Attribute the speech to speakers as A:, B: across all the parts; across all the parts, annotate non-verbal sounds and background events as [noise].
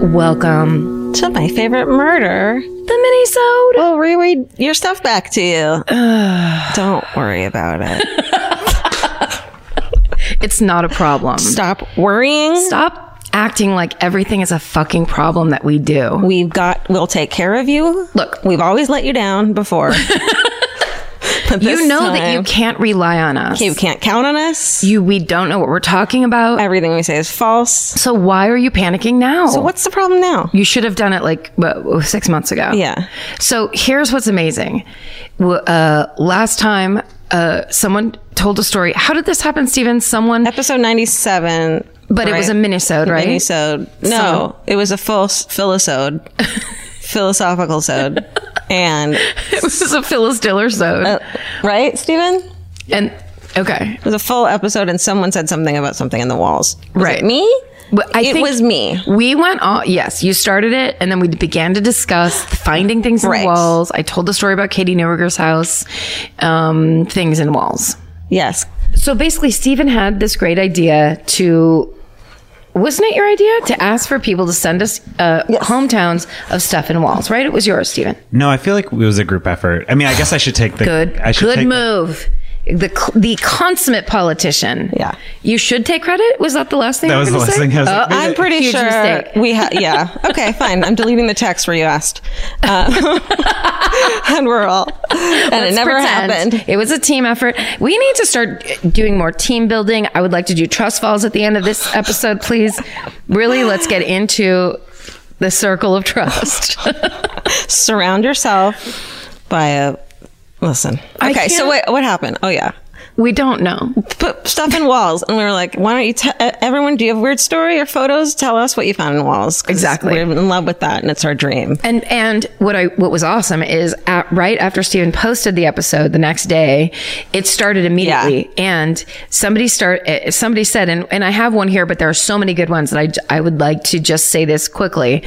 A: Welcome to my favorite murder, the Minnesota. We'll reread your stuff back
B: [sighs]
A: to you. Don't worry about
B: [laughs]
A: it.
B: It's not a problem.
A: Stop worrying.
B: Stop acting like everything is a fucking problem that we do.
A: We've got. We'll take care of you.
B: Look.
A: we've always let you
B: [laughs]
A: down before. But this
B: You know that you
A: time,
B: can't rely on us.
A: you can't count on us.
B: You we don't know what we're talking about.
A: Everything we say is false.
B: So why are you panicking now?
A: So what's the problem now?
B: You should have done it like what, 6 months ago.
A: Yeah.
B: So here's what's amazing. W- Uh, last time uh, someone told a story. How did this happen, Steven? Someone
A: Episode ninety-seven.
B: but it was a minisode, right? [laughs]
A: Minisode. No, it was a full s- philisode. Philosophical sode. And
B: it was a Phyllis Diller zone.
A: Uh, right, Stephen?
B: and okay.
A: It was a full episode, and someone said something about something in the walls. Was
B: Right.
A: it me?
B: But I
A: it
B: think
A: was me.
B: We went on. Yes, you started it, and then we began to discuss finding things in
A: Right.
B: walls. I told the story about Katie Neuberger's house, um, things in walls.
A: Yes.
B: So basically, Stephen had this great idea to. Wasn't it your idea to ask for people to send us uh, hometowns of stuff in walls? Right? It was yours, Stephen.
C: No, I feel like it was a group effort. I mean, I guess I should take the
B: Good.
C: I should
B: Good
C: take the-
B: move. The cl- the consummate politician.
A: Yeah. Uh,
B: You should take credit. Was that the last thing?
C: that
B: I
C: was the
B: gonna
C: last
B: say?
C: thing I was
B: Oh,
C: like,
A: I'm
C: maybe-
A: pretty
B: Huge
A: sure
B: mistake.
A: we ha- yeah.
B: [laughs]
A: Okay, fine. I'm deleting the text where you asked. Uh, [laughs] and we're all and it
B: Let's
A: never
B: pretend.
A: happened.
B: It was a team effort. We need to start doing more team building. I would like to do trust falls at the end of
A: [sighs]
B: this episode, please. Really, let's get into the circle of
A: [laughs]
B: trust.
A: Surround yourself by a listen. Okay, so
B: can't-
A: what what happened? Oh yeah.
B: we don't know.
A: Put stuff in walls, and we were like, "Why don't you tell everyone? Do you have a weird story or photos? Tell us what you found in walls." 'cause
B: Exactly.
A: we're in love with that, and it's our dream.
B: And and what I what was awesome is at, right after Steven posted the episode the next day, it started immediately. And somebody start eh, somebody said, and and I have one here, but there are so many good ones that I j- I would like to just say this quickly.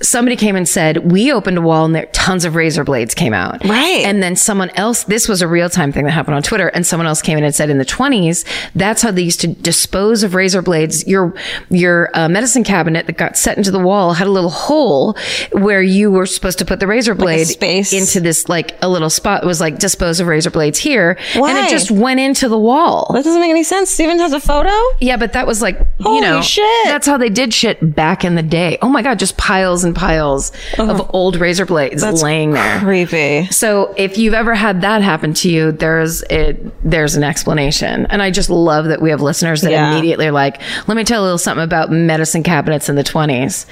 B: Somebody came and said, We opened a wall and there tons of razor blades came out.
A: Right.
B: And then someone else, this was a real time thing that happened on Twitter, and someone else came in and said in the 20s, that's how they used to dispose of razor blades. Your your uh, medicine cabinet that got set into the wall had a little hole where you were supposed to put the razor blade
A: space.
B: into this like a little spot. It was like dispose of razor blades here, and
A: Why?
B: it just went into the wall.
A: That doesn't make any sense. Steven has a photo.
B: Yeah, but that was like,
A: Holy
B: you know,
A: shit.
B: that's how they did shit back in the day. Oh my God, just piles and piles
A: Uh-huh.
B: of old razor blades laying there.
A: Creepy.
B: So if you've ever had that happen to you, there's it, there's an explanation. And I just love that we have listeners that
A: Yeah.
B: immediately are like, let me tell you a little something about medicine cabinets in the 20s.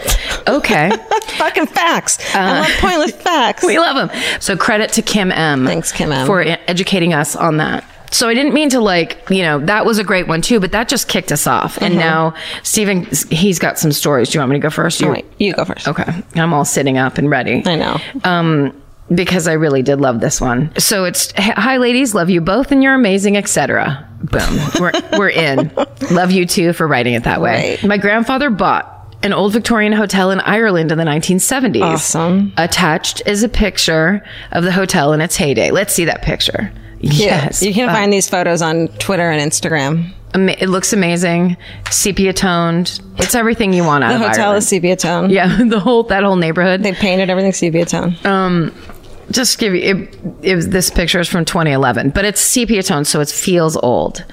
A: [laughs]
B: Okay.
A: Fucking facts.
D: Uh,
A: I love
D: [laughs]
A: pointless facts.
B: we love them. So credit to Kim M.
A: Thanks, Kim M.
B: For e- educating us on that. So I didn't mean to like, you know, that was a great one too, but that just kicked us off.
A: Mm-hmm.
B: And now Stephen, he's got some stories. Do you want me to go first? You,
A: All right, you go first.
B: Okay. I'm all sitting up and ready.
A: I know.
B: um, because I really did love this one. So it's hi, ladies, love you both, and you're amazing, etc. Boom, we're we're in. Love you too for writing it that way.
A: Right.
B: My grandfather bought. An old Victorian hotel in Ireland in the 1970s.
A: Awesome.
B: Attached is a picture of the hotel in its heyday. Let's see that picture. Yes. Uh,
A: You can find these photos on Twitter and Instagram.
B: Ama- it looks amazing. Sepia toned. It's everything you want out
A: The
B: of
A: hotel
B: Ireland.
A: is Sepia Tone.
B: yeah, [laughs] the whole that whole neighborhood.
A: They painted everything sepia tone.
B: just give you it, it was- this picture is from 2011 but it's sepia tone so it feels old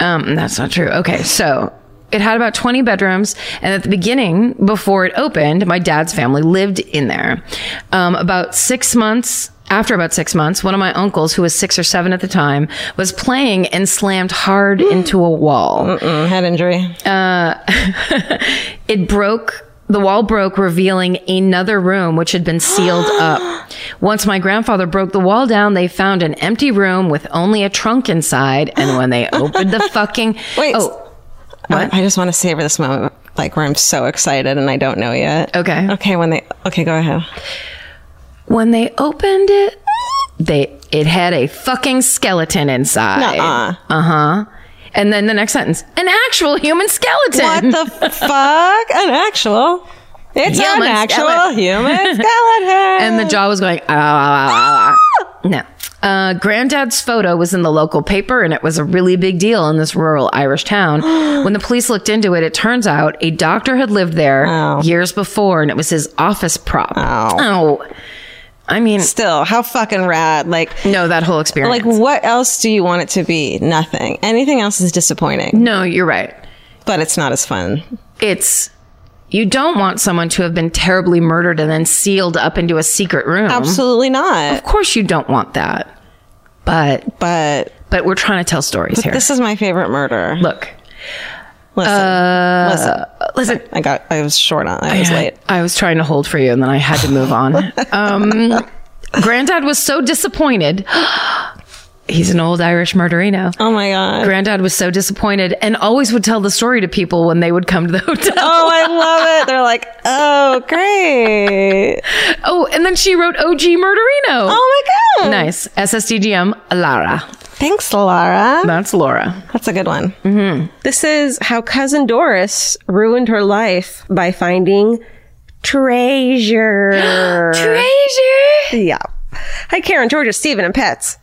B: um that's not true okay so it had about 20 bedrooms and at the beginning before it opened my dad's family lived in there um, about six months after about six months, one of my uncles, who was six or seven at the time, was playing and slammed hard into a wall.
D: Mm, head injury.
B: Uh-huh. It broke. The wall broke, revealing another room which had
D: [gasps]
B: been sealed up. Once my grandfather broke the wall down, they found an empty room with only a trunk inside. And
D: [laughs]
B: when they opened the fucking
D: Wait.
B: oh,
D: I I just want to savor this moment, like where I'm so excited and I don't know yet.
B: Okay.
D: Okay. When they. Okay. Go ahead.
B: when they opened it, they it had a fucking skeleton inside.
D: Nuh-uh.
B: Uh huh. And then the next sentence, an actual human
D: What
B: skeleton. [laughs]
D: the fuck? An actual. It's an
B: Human
D: actual
B: skeleton. [laughs]
D: human skeleton.
B: and the jaw was going, ah, ah, ah, ah, ah." no. Uh, granddad's photo was in the local paper and it was a really big deal in this rural Irish [gasps] town. when the police looked into it, it turns out a doctor had lived there years before and it was his office prop. Oh. I mean,
D: Still, how fucking rad. Like,
B: no, that whole experience.
D: like what else do you want it to be? Nothing. Anything else is disappointing,
B: no, you're right.
D: but it's not as fun.
B: it's you don't want someone to have been terribly murdered and then sealed up into a secret room.
D: Absolutely not.
B: Of course you don't want that. But
D: But
B: but we're trying to tell stories here.
D: this is my favorite murder.
B: Look.
D: Listen,
B: Uh,
D: listen.
B: Listen,
D: I got. I was short on. I was late.
B: I was trying to hold for you and then I had to move
D: [laughs]
B: on. um Granddad was so disappointed. [gasps] He's an old Irish murderino.
D: Oh my god.
B: Granddad was so disappointed and always would tell the story to people when they would come to the [laughs] hotel.
D: Oh, I love it. They're like, oh, great.
B: Oh, and then she wrote OG Murderino.
D: Oh my god.
B: Nice. SSDGM Lara.
D: Thanks, Laura.
B: That's Laura.
D: That's a good one.
B: Mm-hmm.
A: This is how cousin Doris ruined her life by finding
B: [gasps]
A: treasure. [gasps]
B: Treasure.
A: yeah. Hi, Karen, Georgia, Steven, and pets.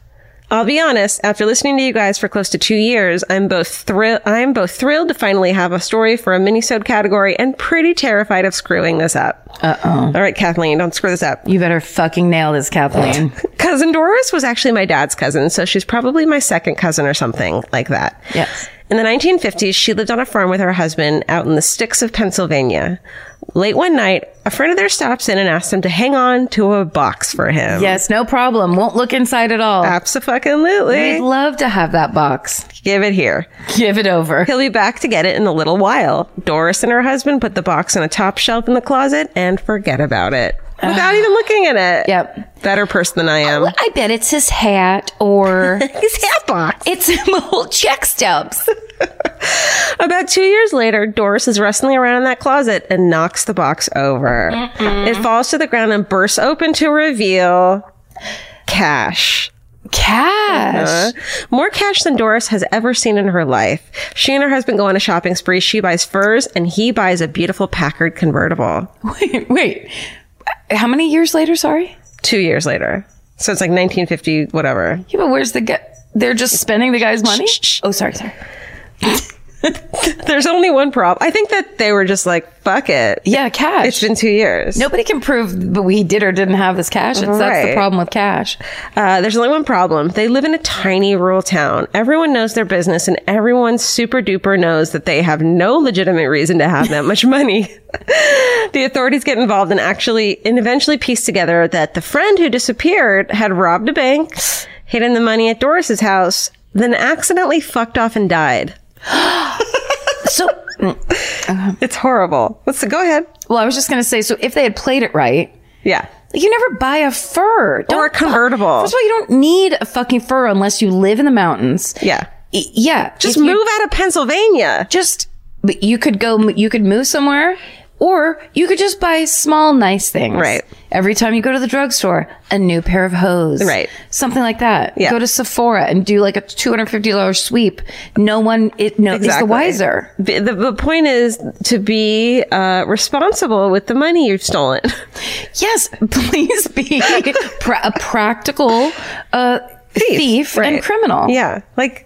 A: I'll be honest. After listening to you guys for close to two years, I'm both thrill I'm both thrilled to finally have a story for a minisode category, and pretty terrified of screwing this up. Uh oh. All right, Kathleen, don't screw this up.
B: You better fucking nail this,
D: [laughs]
B: Kathleen.
A: Cousin Doris was actually my dad's cousin, so she's probably my second cousin or something like that.
B: Yes.
A: In the 1950s, she lived on a farm with her husband out in the sticks of Pennsylvania. Late one night, a friend of theirs stops in and asks them to hang on to a box for him.
B: yes, no problem. Won't look inside at
D: Uh,
B: all. I'd
A: Absolutely.
B: love to have that box.
A: Give it here.
B: Give it over.
A: He'll be back to get it in a little while. Doris and her husband put the box on a top shelf in the closet and forget about it without even looking at it.
B: Yep.
A: Better person than I am.
B: Oh, I bet it's his hat or
A: [laughs] His hat box.
B: it's [laughs] old check stubs.
A: [laughs] About two years later, Doris is wrestling around in that closet and knocks the box over. It falls to the ground and bursts open to reveal cash. Uh-huh.
B: Cash.
A: More cash than Doris has ever seen in her life. She and her husband go on a shopping spree. She buys furs and he buys a beautiful Packard convertible.
B: Wait, wait. How many years later? Sorry.
A: Two years later. So it's like 1950, whatever.
B: Yeah, but where's the guy? They're just spending the guy's money. Oh, sorry, sorry.
A: There's only one problem. I think that they were just like, fuck it.
B: Yeah, cash.
A: It's been two years.
B: Nobody can prove that we did or didn't have this cash. It's, That's the
A: Right.
B: problem with cash.
A: Uh, there's only one problem. They live in a tiny rural town. Everyone knows their business and everyone super duper knows that they have no legitimate reason to have that much [laughs] money. the authorities get involved and actually, and eventually piece together that the friend who disappeared had robbed a bank, hidden the money at Doris's house, then accidentally fucked off and died.
B: So
A: It's horrible. Let's go ahead.
B: Well, I was just going to say, so if they had played it right,
A: Yeah.
B: you never buy a fur
A: Or a convertible.
B: First of all, you don't need a fucking fur unless you live in the mountains.
A: Yeah.
B: Y- yeah,
A: Just
B: If you-
A: move out of Pennsylvania.
B: just but you could go. You could move somewhere, or you could just buy small, nice things.
A: Right.
B: Every time you go to the drugstore, a new pair of hose.
A: Right.
B: Something like that.
A: Yeah.
B: Go to Sephora and do like a two hundred fifty dollars sweep. No one it no is the
A: Exactly.
B: wiser.
A: the, the- the point is to be uh, responsible with the money you've stolen.
B: Yes, [laughs] please be [laughs] pra- a practical uh, thief,
A: [laughs] right.
B: and criminal.
A: yeah, like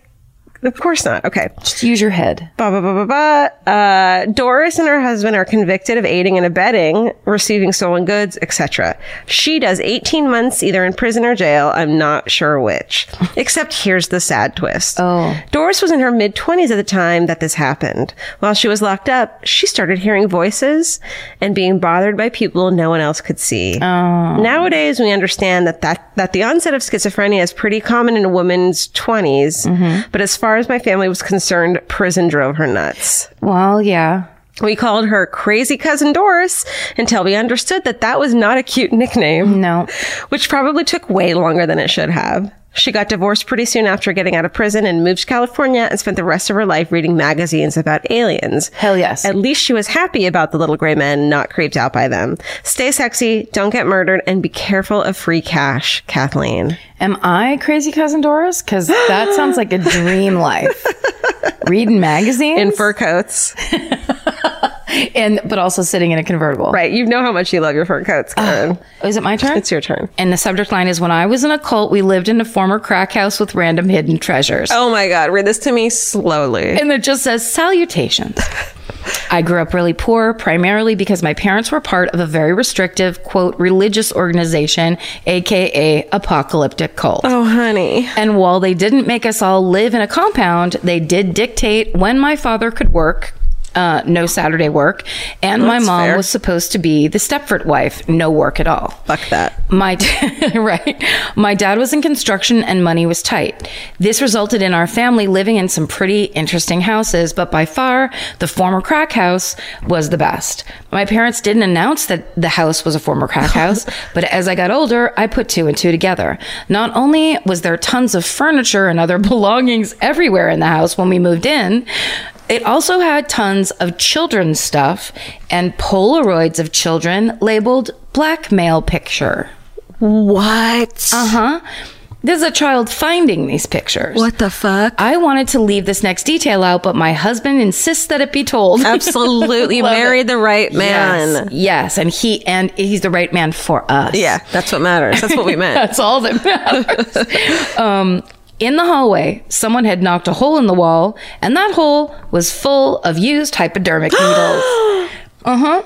A: Of course not. Okay.
B: Just use your head.
A: Ba ba ba ba ba. Uh, Doris and her husband are convicted of aiding and abetting, receiving stolen goods, etc. She does 18 months either in prison or jail. I'm not sure which. Except here's the sad twist.
B: Oh.
A: Doris was in her mid 20s at the time that this happened. While she was locked up, she started hearing voices and being bothered by people no one else could see. Nowadays, we understand that, that that the onset of schizophrenia is pretty common in a woman's 20s, but as far as my family was concerned, prison drove her nuts.
B: Well, yeah.
A: We called her crazy cousin Doris until we understood that that was not a cute nickname.
B: No.
A: Which probably took way longer than it should have. She got divorced pretty soon after getting out of prison and moved to California and spent the rest of her life reading magazines about aliens.
B: Hell yes.
A: At least she was happy about the little gray men, not creeped out by them. Stay sexy, don't get murdered, and be careful of free cash, Kathleen.
B: Am I crazy cousin Doris? Because that sounds like a
A: [laughs]
B: dream life. Reading magazines
A: In fur coats.
B: and but also sitting in a convertible.
A: Right. You know how much you love your fur coats, Karen.
B: Is it my turn?
A: It's your turn.
B: And the subject line is: When I was in a cult, we lived in a former crack house with random hidden treasures.
A: Oh my God. Read this to me slowly.
B: and it just says salutations. I grew up really poor, primarily because my parents were part of a very restrictive, quote, religious organization, aka apocalyptic cult.
A: Oh, honey.
B: And while they didn't make us all live in a compound, they did dictate when my father could work. Uh, no Saturday work, and my mom was supposed to be the Stepford wife, no work at all.
A: Fuck that.
B: My d- [laughs] right. My dad was in construction and money was tight. This resulted in our family living in some pretty interesting houses, but by far the former crack house was the best. My parents didn't announce that the house was a former crack house, but as I got older, I put two and two together. Not only was there tons of furniture and other [laughs] belongings everywhere in the house when we moved in, it also had tons of children's stuff and Polaroids of children labeled blackmail picture.
D: What?
B: Uh huh. There's a child finding these pictures.
D: what the fuck?
B: I wanted to leave this next detail out, but my husband insists that it be told.
A: [laughs] Absolutely. You married the right man.
B: [laughs] Yes, yes, and he and he's the right man for us.
A: Yeah, that's what matters. [laughs] That's what we meant.
B: That's all that matters. um, in the hallway, someone had knocked a hole in the wall, and that hole was full of used hypodermic needles. uh huh.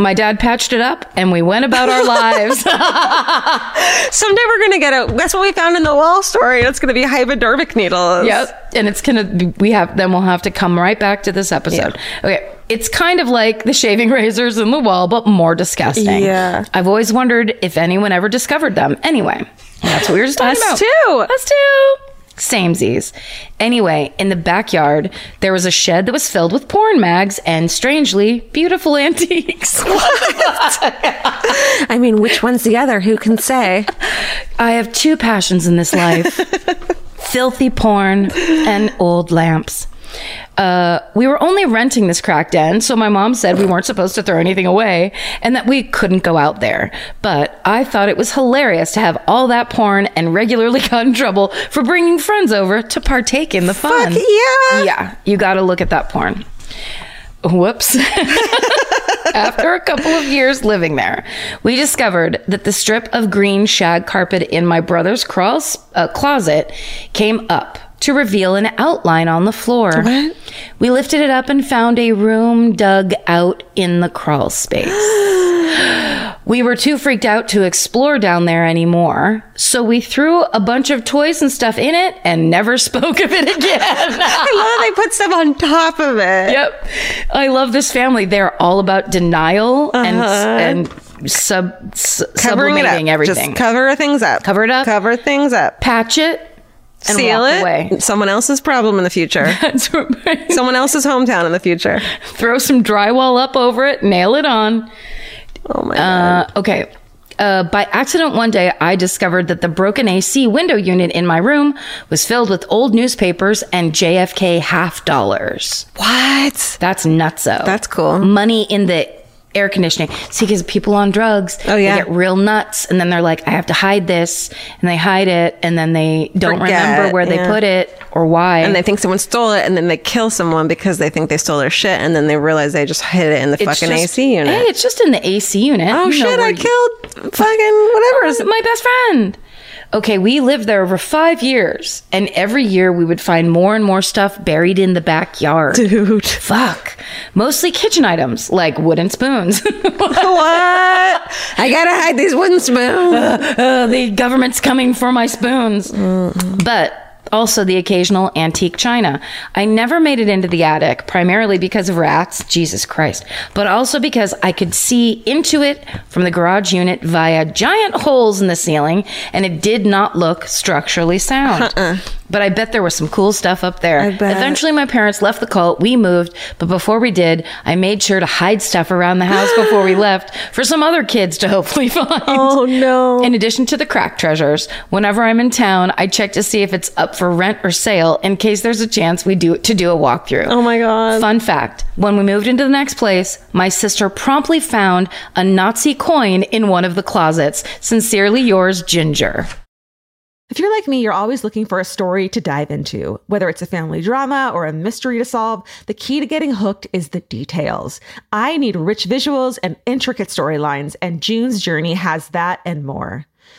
B: My dad patched it up, and we went about our lives.
A: Someday we're gonna get a. That's what we found in the wall story. It's gonna be hypodermic needles.
B: Yep. And it's gonna be- we have then we'll have to come right back to this episode. Okay. It's kind of like the shaving [laughs] razors in the wall, but more disgusting.
A: Yeah.
B: I've always wondered if anyone ever discovered them. Anyway, that's what we were just talking
A: Us
B: about.
A: too.
B: Us too. Samesies. Anyway, in the backyard, there was a shed that was filled with porn mags and strangely beautiful [laughs] antiques.
A: I mean, which one's the other? Who can say?
B: I have two passions in this life filthy porn and old lamps. Uh, we were only renting this crack den, so my mom said we weren't supposed to throw anything away and that we couldn't go out there. But I thought it was hilarious to have all that porn and regularly [laughs] got in trouble for bringing friends over to partake in the fun.
A: yeah.
B: Yeah, you gotta look at that porn. Whoops. [laughs] After a couple of years living there, we discovered that the strip of green shag carpet in my brother's cross, uh, closet came up to reveal an outline on the floor. We lifted it up and found a room dug out in the crawl space. we were too freaked out to explore down there anymore, so we threw a bunch of toys and stuff in it and never [laughs] spoke of it again.
A: [laughs] I love they put stuff on top of it.
B: Yep. I love this family. They're all about denial and and sub, s-
A: Uh-huh. Covering it up.
B: sublimating everything.
A: Just cover things up.
B: Cover it up.
A: Cover things up.
B: Patch it and
A: Seal
B: walk
A: it.
B: away.
A: Someone else's problem in the future.
B: [laughs] That's what my-
A: Someone else's hometown in the future.
B: Throw some drywall up over it, nail it on.
A: Oh my
B: Uh, okay. Uh, by accident, one day I discovered that the broken AC window unit in my room was filled with old newspapers and JFK half dollars.
A: What?
B: That's nutso.
A: That's cool.
B: Money in the air conditioning. See, because people on drugs,
A: Oh, yeah.
B: they get real nuts, and then they're like, "I have to hide this," and they hide it, and then they don't
A: Forget,
B: remember where
A: yeah.
B: they put it or why.
A: And they think someone stole it, and then they kill someone because they think they stole their shit, and then they realize they just hid it in the
B: It's
A: fucking
B: just-
A: AC unit.
B: Hey, it's just in the AC unit.
A: oh
B: You know
A: shit!
B: where
A: I
B: you-
A: killed fucking whatever.
B: my best friend. okay, we lived there over five years, and every year we would find more and more stuff buried in the backyard. Dude. Fuck. Mostly kitchen items like wooden spoons. [laughs]
D: What? I gotta hide these wooden spoons.
B: Uh, the government's coming for my spoons. But also the occasional antique china. I never made it into the attic, primarily because of rats, Jesus Christ, but also because I could see into it from the garage unit via giant holes in the ceiling, and it did not look structurally sound. But I bet there was some cool stuff up there. Eventually, my parents left the cult. We moved, but before we did, I made sure to hide stuff around the house before
A: [gasps]
B: we left for some other kids to hopefully [laughs] find. Oh no! In addition to the crack treasures, whenever I'm in town, I check to see if it's up for rent or sale in case there's a chance we do to do a walkthrough.
A: Oh my God.
B: Fun fact: When we moved into the next place, my sister promptly found a Nazi coin in one of the closets. Sincerely yours, Ginger.
E: If you're like me, you're always looking for a story to dive into. Whether it's a family drama or a mystery to solve, the key to getting hooked is the details. I need rich visuals and intricate storylines, and June's Journey has that and more.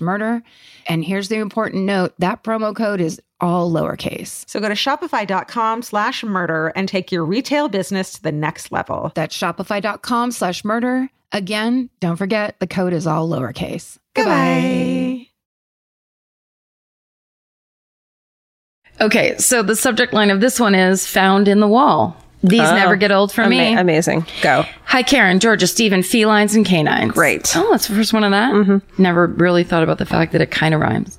F: murder. And here's the important note that promo code is all lowercase.
E: So go to shopify.com slash murder and take your retail business to the next level.
F: That's shopify.com slash murder. Again, don't forget the code is all lowercase.
E: Goodbye.
B: Okay, so the subject line of this one is found in the wall. These never get old for
A: Ama-
B: me.
A: Amazing. Go.
B: Hi, Karen, Georgia, Stephen, felines and canines.
A: Great.
B: Oh, that's the first one of that. Mm-hmm. Never really thought about the fact that it kind of rhymes.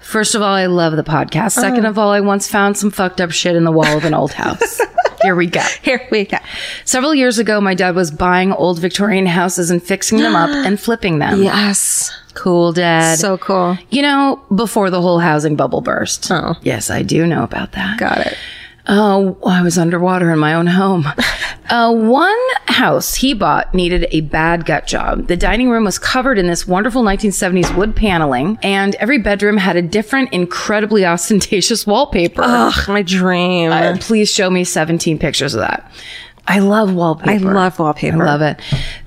B: First of all, I love the podcast. Second of all, I once found some fucked up shit in the wall of an old house. Here we go.
D: Here we go.
B: Several years ago, my dad was buying old Victorian houses and fixing them up and flipping them.
D: Yes.
B: Cool, dad.
D: So cool.
B: You know, before the whole housing bubble burst. Oh. Yes, I do know about that. Got it. Oh, I was underwater in my own [laughs] home. uh, one house he bought needed a bad gut job. The dining room was covered in this wonderful 1970s wood paneling, and every bedroom had a different, incredibly [laughs] ostentatious wallpaper.
D: My dream.
B: Uh, please show me 17 pictures of that. I love wallpaper.
D: I love wallpaper.
B: I love it.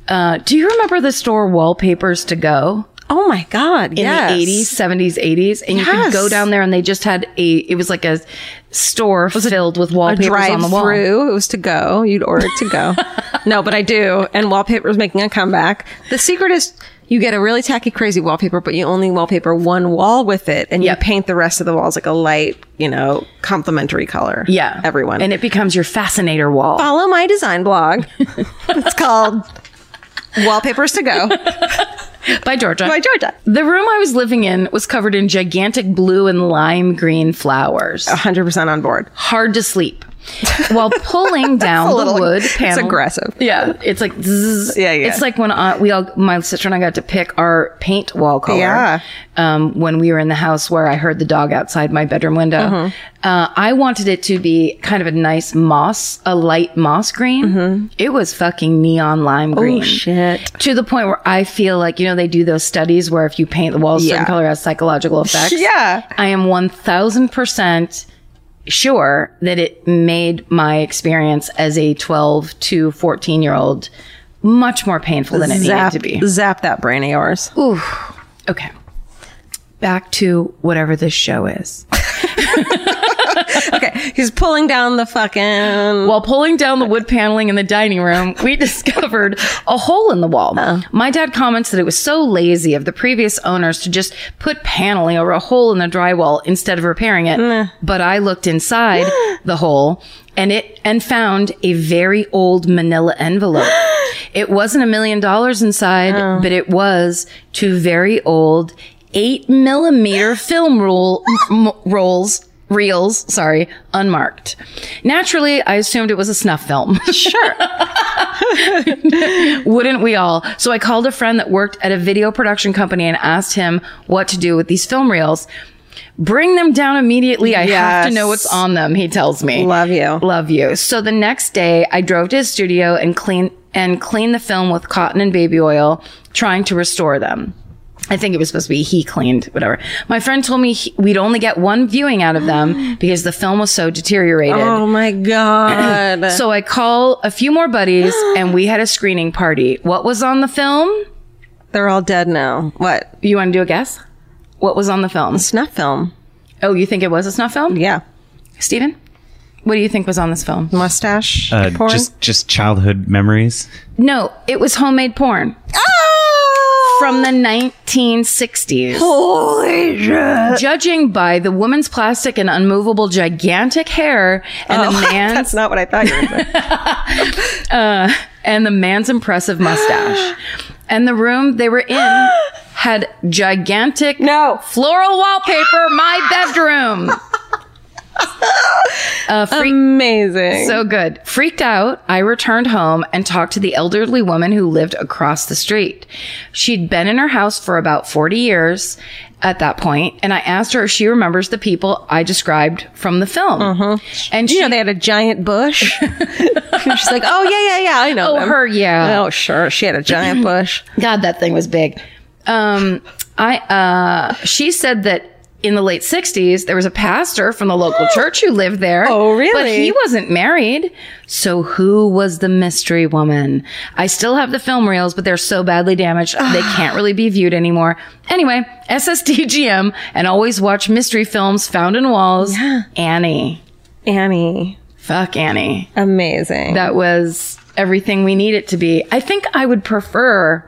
B: Uh, do you remember the store Wallpapers to Go?
D: Oh my God.
B: in
D: yes.
B: the 80s, 70s, 80s. And you could
D: Yes.
B: go down there and they just had a, it was like a store filled with wallpapers on
D: Drive
B: the wall.
D: through. It was to go. You'd order it to
B: [laughs]
D: go. no, but I do. And wallpaper is making a comeback. The secret is you get a really tacky, crazy wallpaper, but you only wallpaper one wall with it, and
B: Yep.
D: you paint the rest of the walls like a light, you know, complementary color.
B: Yeah.
D: everyone.
B: And it becomes your fascinator wall.
D: follow my design
B: [laughs]
D: blog. it's called Wallpapers to Go
B: By Georgia.
D: by Georgia.
B: The room I was living in was covered in gigantic blue and lime green flowers.
D: Oh. 100% on board.
B: Hard to sleep. While
D: [laughs]
B: pulling down the wood panel.
D: It's aggressive.
B: Yeah, it's like zzz.
D: Yeah, yeah.
B: It's like when I, we all, my sister and I got to pick our paint wall color.
D: Yeah.
B: Um, when we were in the house where I heard the dog outside my bedroom window,
D: Mm-hmm.
B: uh, I wanted it to be kind of a nice moss, a light moss green. It was fucking neon lime green.
D: Mm-hmm. Oh, shit.
B: To the point where I feel like you know they do those studies where if you paint the walls a certain
D: Yeah.
B: color it has psychological
D: [laughs]
B: effects.
D: Yeah.
B: I am one thousand percent sure that it made my experience as a 12 to 14 year old much more painful than it
D: Zap,
B: needed to be.
D: zap that brain of yours.
B: Okay. Back to whatever this show is.
D: He's pulling down the
A: Mm-hmm.
D: fucking.
B: While pulling down the wood paneling in the dining room, we discovered a hole in the wall. My dad comments that it was so lazy of the previous owners to just put paneling over a hole in the drywall instead of repairing it. But I looked inside the hole and it and found a very old manila envelope. It wasn't a million dollars inside, but it was two very old eight millimeter film roll m- rolls reels, sorry, unmarked. Naturally, I assumed it was a snuff film. Sure. [laughs] Wouldn't we all? So I called a friend that worked at a video production company and asked him what to do with these film reels. Bring them down immediately. I have to know what's on them, he tells me.
D: Love you.
B: Love you. So the next day, I drove to his studio and clean and cleaned the film with cotton and baby oil, trying to restore them. I think it was supposed to be he cleaned, whatever. My friend told me he, we'd only get one viewing out
D: [gasps]
B: of them because the film was so deteriorated.
D: Oh my God.
B: So I call a few more buddies
D: [gasps]
B: and we had a screening party. What was on the film?
D: They're all dead now. What?
B: You want to do a guess? What was on the film?
D: Snuff film.
B: Oh, you think it was a snuff film?
D: Yeah.
B: Steven? What do you think was on this film?
D: Mustache.
C: Uh,
D: porn.
C: Just just childhood memories.
B: No, it was homemade porn from the 1960s.
D: Oh! Holy shit.
B: Judging by the woman's plastic and unmovable gigantic hair and
D: Oh. [laughs]
B: the
D: [laughs]
B: man's
D: That's not what I thought you were [laughs] doing.
B: and the man's
D: [gasps]
B: impressive mustache. and the room they were in had gigantic
D: No.
B: floral wallpaper, my bedroom. Uh, freak-
D: Amazing.
B: so good. Freaked out, I returned home and talked to the elderly woman who lived across the street. She'd been in her house for about 40 years at that point, and I asked her if she remembers the people I described from the film. And she,
D: Uh-huh. you know, they had a giant [laughs] bush. She's like, oh, yeah, yeah, yeah. I know.
B: oh,
D: them.
B: her, yeah.
D: Oh, sure. She had a [clears throat] giant bush.
B: God, that thing was big. Um, I, uh, she said that in the late 60s, there was a pastor from the
D: [gasps]
B: local church who lived there.
D: Oh, really?
B: But he wasn't married. So who was the mystery woman? I still have the film reels, but they're so
D: [sighs]
B: badly damaged, they can't really be viewed anymore. Anyway, SSDGM and always watch mystery films found in walls. Annie.
D: Annie.
B: Fuck Annie
D: Amazing.
B: that was everything we need it to be. I think I would prefer,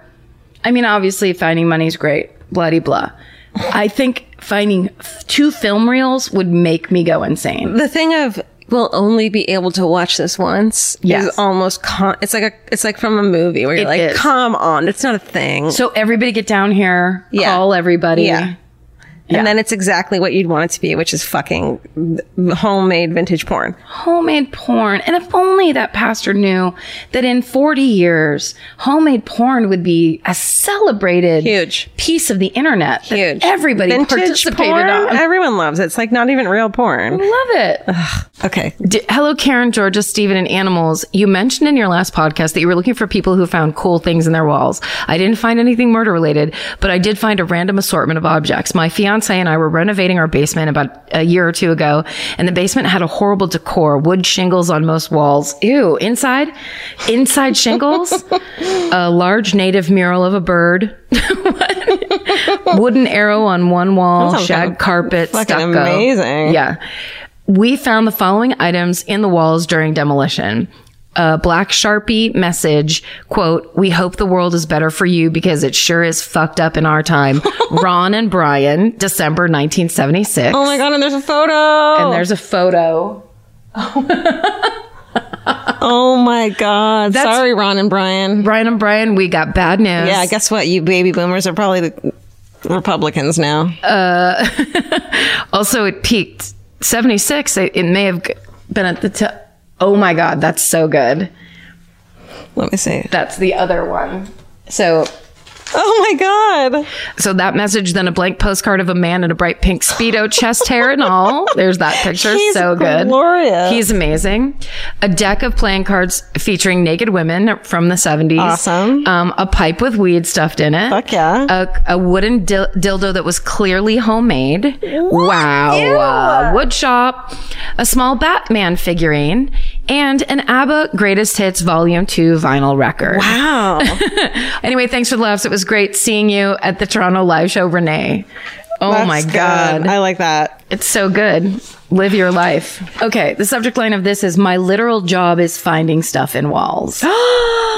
B: I mean, obviously finding money's great, bloody blah. I think finding f- two film reels would make me go insane.
D: the thing of we'll only be able to watch this once
B: Yes.
D: is almost con- it's like a it's like from a movie where you're
B: It
D: like
B: is.
D: come on it's not a thing
B: So everybody get down here,
D: Yeah.
B: call everybody.
D: Yeah. and then it's exactly what you'd want it to be which is fucking v- homemade vintage porn
B: Homemade porn. And if only that pastor knew that in 40 years, homemade porn would be a celebrated
D: Huge.
B: piece of the internet. that
D: huge
B: Everybody
D: vintage
B: participated
D: porn
B: on. I
D: everyone loves it it's like not even real porn
B: love it.
D: okay
B: D- Hello, Karen, Georgia, Steven, and animals. You mentioned in your last podcast that you were looking for people who found cool things in their walls. I didn't find anything murder related, but I did find a random assortment of objects. My fiance and I were renovating our basement about a year or two ago, and the basement had a horrible decor, wood shingles on most walls. Ew, inside, inside shingles, a large native mural of a bird, [laughs] wooden arrow on one wall, shag carpet, stucco.
D: amazing.
B: Yeah. We found the following items in the walls during demolition. A black Sharpie message, quote, we hope the world is better for you because it sure is fucked up in our
D: [laughs]
B: time. Ron and Brian, December 1976.
D: oh my god and there's a photo
B: And there's a photo.
D: oh my god sorry ron and brian
B: Brian and Brian, we got bad news.
D: yeah guess what you baby boomers are probably the republicans now
B: Also, it peaked 76. It, it may have g- been at the top. Oh my God, that's so good.
D: let me see
B: That's the other one. So
D: oh my god
B: So that message, then a blank postcard of a man in a bright pink speedo, chest hair and all. There's that picture.
D: He's
B: so good.
D: glorious.
B: He's amazing. A deck of playing cards featuring naked women from the 70s.
D: Awesome.
B: Um, a pipe with weed stuffed in it.
D: Fuck
A: Oh
D: yeah.
B: A, a wooden dil- dildo that was clearly homemade. Wow. Uh, wood shop. A small Batman figurine. And an ABBA Greatest Hits Volume 2 vinyl record.
D: wow
B: [laughs] Anyway, thanks for the laughs. It was great seeing you at the Toronto live show, Renee. Oh my God.
D: I like that.
B: It's so good. Live your life. Okay. The subject line of this is my literal job is finding stuff
D: [gasps]
B: in walls.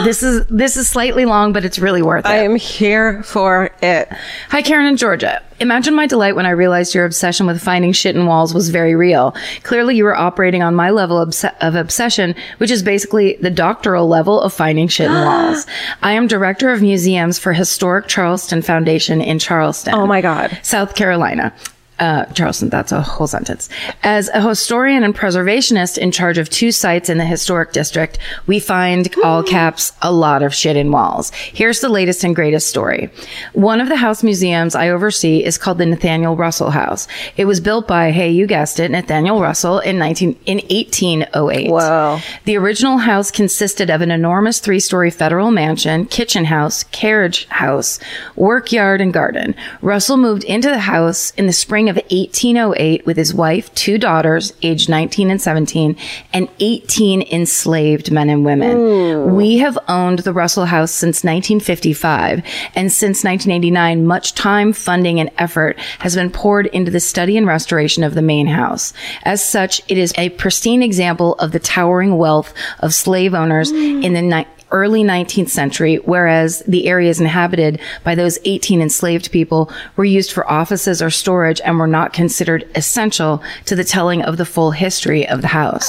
B: this is, this is slightly long, but it's really worth it.
D: I am here for it.
B: Hi, Karen and Georgia. Imagine my delight when I realized your obsession with finding shit in walls was very real. Clearly, you were operating on my level obs- of obsession, which is basically the doctoral level of finding shit
D: [gasps]
B: in walls. I am director of museums for Historic Charleston Foundation in Charleston. Oh
D: my God.
B: South Carolina. Uh, Charleston, that's a whole sentence. As a historian and preservationist in charge of two sites in the historic district, we find, all caps, a lot of shit in walls. Here's the latest and greatest story. One of the house museums I oversee is called the Nathaniel Russell House. It was built by, hey, you guessed it, Nathaniel Russell in 19, in 1808. Wow. The original house consisted of an enormous three-story federal mansion, kitchen house, carriage house, work yard, and garden. Russell moved into the house in the spring of 1808 with his wife, two daughters, aged 19 and 17, and 18 enslaved men and women. We have owned the Russell House since 1955, and since 1989, much time, funding, and effort has been poured into the study and restoration of the main house. As such, it is a pristine example of the towering wealth of slave owners in the ni- early 19th century, whereas the areas inhabited by those 18 enslaved people were used for offices or storage and were not considered essential to the telling of the full history of the house.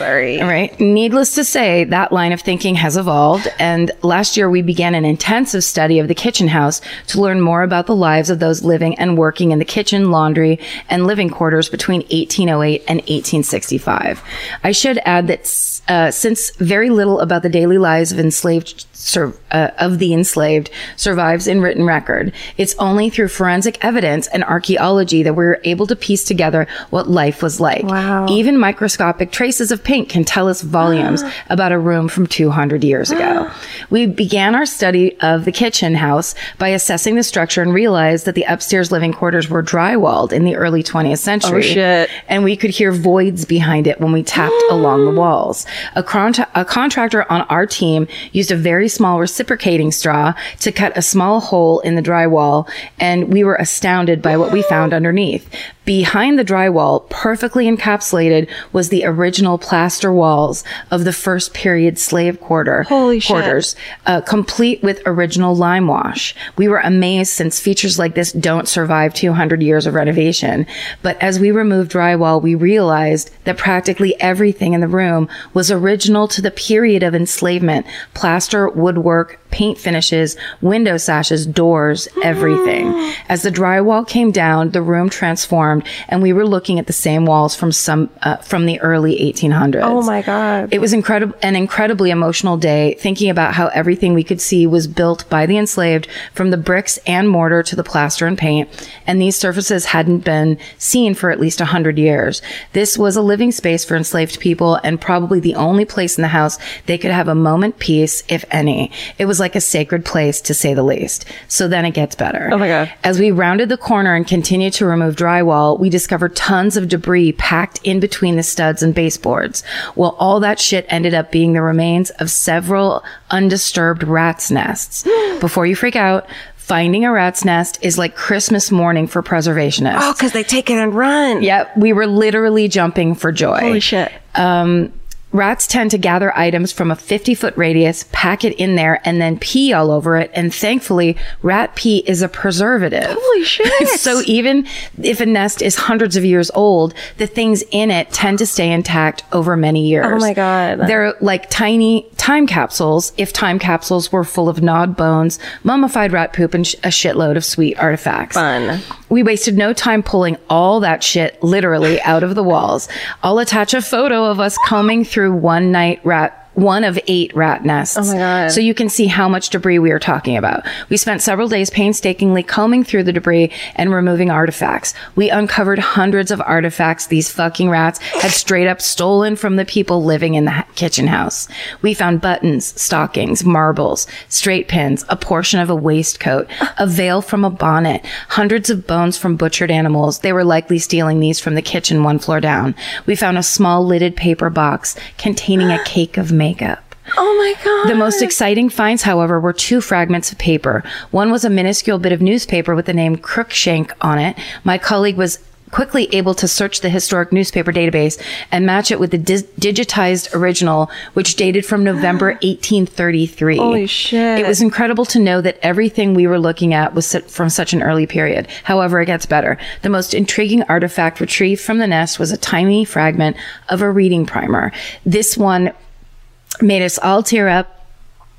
B: All Right. Needless to say, that line of thinking has evolved. And last year, we began an intensive study of the kitchen house to learn more about the lives of those living and working in the kitchen, laundry, and living quarters between 1808 and 1865. I should add that uh, since very little about the daily lives of enslaved sur- uh, of the enslaved survives in written record, it's only through forensic evidence and archaeology that we're able to piece together what life was like. Wow. Even microscopic traces of paint can tell us [gasps] volumes about a room from 200 years [gasps] ago. we began our study of the kitchen house by assessing the structure and realized that the upstairs living quarters were drywalled in the early 20th century. Oh, shit. And we could hear voids behind it when
D: [gasps]
B: we tapped along the walls. A, cron- a contractor on our team used a very small reciprocating straw to
D: [gasps]
B: cut a small hole in the drywall, and we were astounded by what we found underneath. Behind the drywall, perfectly encapsulated, was the original plaster walls of the first period slave quarter
D: Holy shit.
B: quarters, uh, complete with original lime wash. We were amazed since features like this don't survive 200 years of renovation. But as we removed drywall, we realized that practically everything in the room was original to the period of enslavement: plaster, woodwork, paint finishes, window sashes, doors, [gasps] everything. As the drywall came down, the room transformed, and we were looking at the same walls from some uh, from the early 1800s. Oh my god! It was incredible, an incredibly emotional day, thinking about how everything we could see was built by the enslaved, from the bricks and mortar to the plaster and paint, and these surfaces hadn't been seen for at least hundred years. This was a living space for enslaved people, and probably the only place in the house they could have a moment peace, if any. It was like a sacred place, to say the least. So then it gets better. Oh my God. As we rounded the corner and continued to remove drywall, we discovered tons of debris packed in between the studs and baseboards. Well, all that shit ended up being the remains of several undisturbed
D: [gasps]
B: rat's nests. Before you freak out, Finding a rat's nest is like Christmas morning for preservationists.
D: Oh, because they take it and run.
B: Yep, we were literally jumping for joy.
D: Holy shit.
B: Um, rats tend to gather items from a 50 foot radius, pack it in there, and then pee all over it. And thankfully, rat pee is a preservative. [laughs]
D: Holy shit.
B: so even if a nest is hundreds of years old, the things in it tend to stay intact over many years.
D: Oh my God.
B: They're like tiny time capsules if time capsules were full of gnawed bones, mummified rat poop, and sh- a shitload of sweet artifacts. Fun. We wasted no time pulling all that shit literally out of the walls. I'll attach a photo of us combing through one night rat one of eight rat nests. Oh my God. So you can see how much debris we are talking about. We spent several days painstakingly combing through the debris and removing artifacts. We uncovered hundreds of artifacts these fucking rats had straight up stolen from the people living in the ha- kitchen house. We found buttons, stockings, marbles, straight pins, a portion of a waistcoat, a veil from a bonnet, hundreds of bones from butchered animals. They were likely stealing these from the kitchen one floor down. We found a small lidded paper box containing a cake of makeup.
D: Oh my God.
B: The most exciting finds, however, were two fragments of paper. One was a minuscule bit of newspaper with the name Crookshank on it. My colleague was quickly able to search the historic newspaper database and match it with the dis- digitized original, which dated from November
D: [gasps]
B: 1833. Holy
D: shit.
B: It was incredible to know that everything we were looking at was su- from such an early period. However, it gets better. The most intriguing artifact retrieved from the nest was a tiny fragment of a reading primer. This one made us all tear up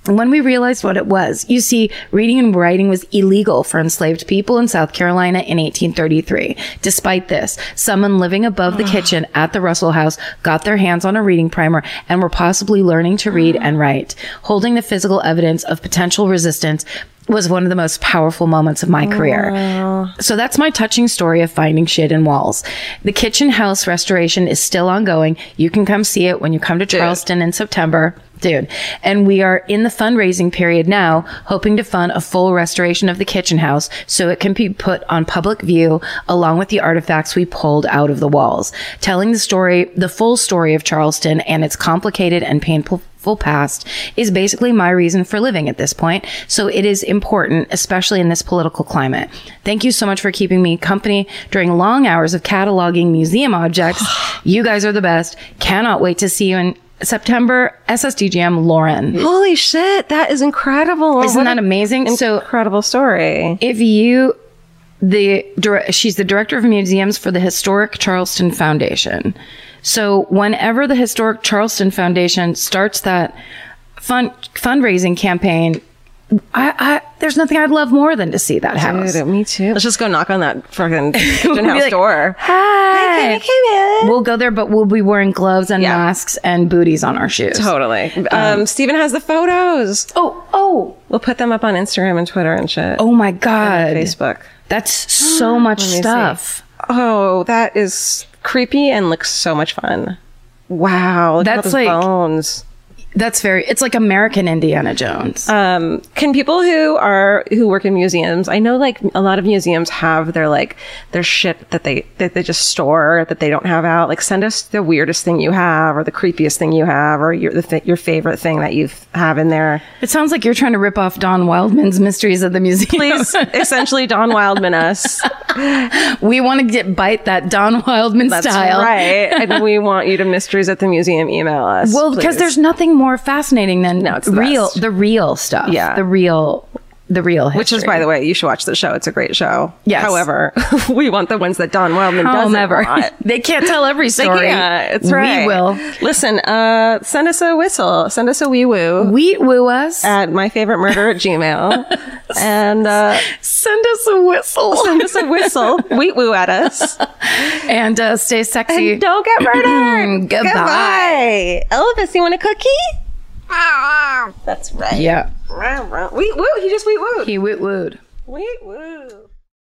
B: when we realized what it was. You see, reading and writing was illegal for enslaved people in South Carolina in 1833. Despite this, someone living above the kitchen at the Russell house got their hands on a reading primer and were possibly learning to read and write. Holding the physical evidence of potential resistance was one of the most powerful moments of my career. So that's my touching story of finding shit in walls. The kitchen house restoration is still ongoing. You can come see it when you come to Charleston in September. Dude. And we are in the fundraising period now, hoping to fund a full restoration of the kitchen house so it can be put on public view along with the artifacts we pulled out of the walls. Telling the story, the full story of Charleston and its complicated and painful full past is basically my reason for living at this point. So it is important, especially in this political climate. Thank you so much for keeping me company during long hours of cataloging
D: [sighs]
B: museum objects. you guys are the best. Cannot wait to see you in September. SSDGM Lauren.
D: Holy shit. That is incredible.
B: Isn't
D: What
B: that
D: a
B: amazing? So
A: Oh, Incredible story.
B: if you the dir- she's the director of museums for the historic charleston foundation so whenever the historic charleston foundation starts that fund fundraising campaign I, I there's nothing i'd love more than to see that house
A: me too. Let's just go knock on that
D: [laughs]
A: fucking kitchen house
B: like,
A: door.
B: Hi. we'll go there but we'll be wearing gloves and masks and booties on our shoes
A: Totally. Um, Steven has the photos.
B: oh oh
A: We'll put them up on Instagram and Twitter and shit.
B: oh my god
A: Facebook.
B: that's so much stuff
A: Oh, that is creepy and looks so much fun. Wow. look at all
B: That's
A: those
B: like-
A: bones.
B: That's very. It's like American Indiana Jones.
A: um, can people who are who work in museums i know like a lot of museums have their like their shit that they that they just store that they don't have out like send us the weirdest thing you have or the creepiest thing you have or your the th- your favorite thing that you have in there
B: it sounds like you're trying to rip off Don Wildman's Mysteries of the Museum.
A: please essentially don wildman us
B: [laughs] we want to get bite that Don Wildman
A: that's
B: style,
A: right and we want you to mysteries at the museum email us
B: Well, because
A: please.
B: there's nothing more fascinating than
A: it's the
B: real,
A: best.
B: the real stuff.
A: Yeah.
B: the real, the real. History.
A: which is, by the way, you should watch the show. It's a great show.
B: Yes.
A: However, [laughs] we want the ones that Don Wildman doesn't
B: however,
A: want.
B: [laughs] they can't tell every story.
A: Yeah, it's right.
B: We will.
A: Listen, uh, send us a whistle. Send us a wee woo
B: We woo us.
A: at my favorite murder at [laughs] Gmail. and uh,
B: Send us a whistle.
A: send us a whistle. Wheat woo at us.
B: and uh, stay sexy.
A: And [laughs] don't [clears throat] get murdered.
B: Goodbye.
A: Goodbye. Elvis, you want a cookie? That's right.
B: Yeah.
A: Wheat woo. He just wheat wooed.
B: He woot wooed.
A: Wheat woo.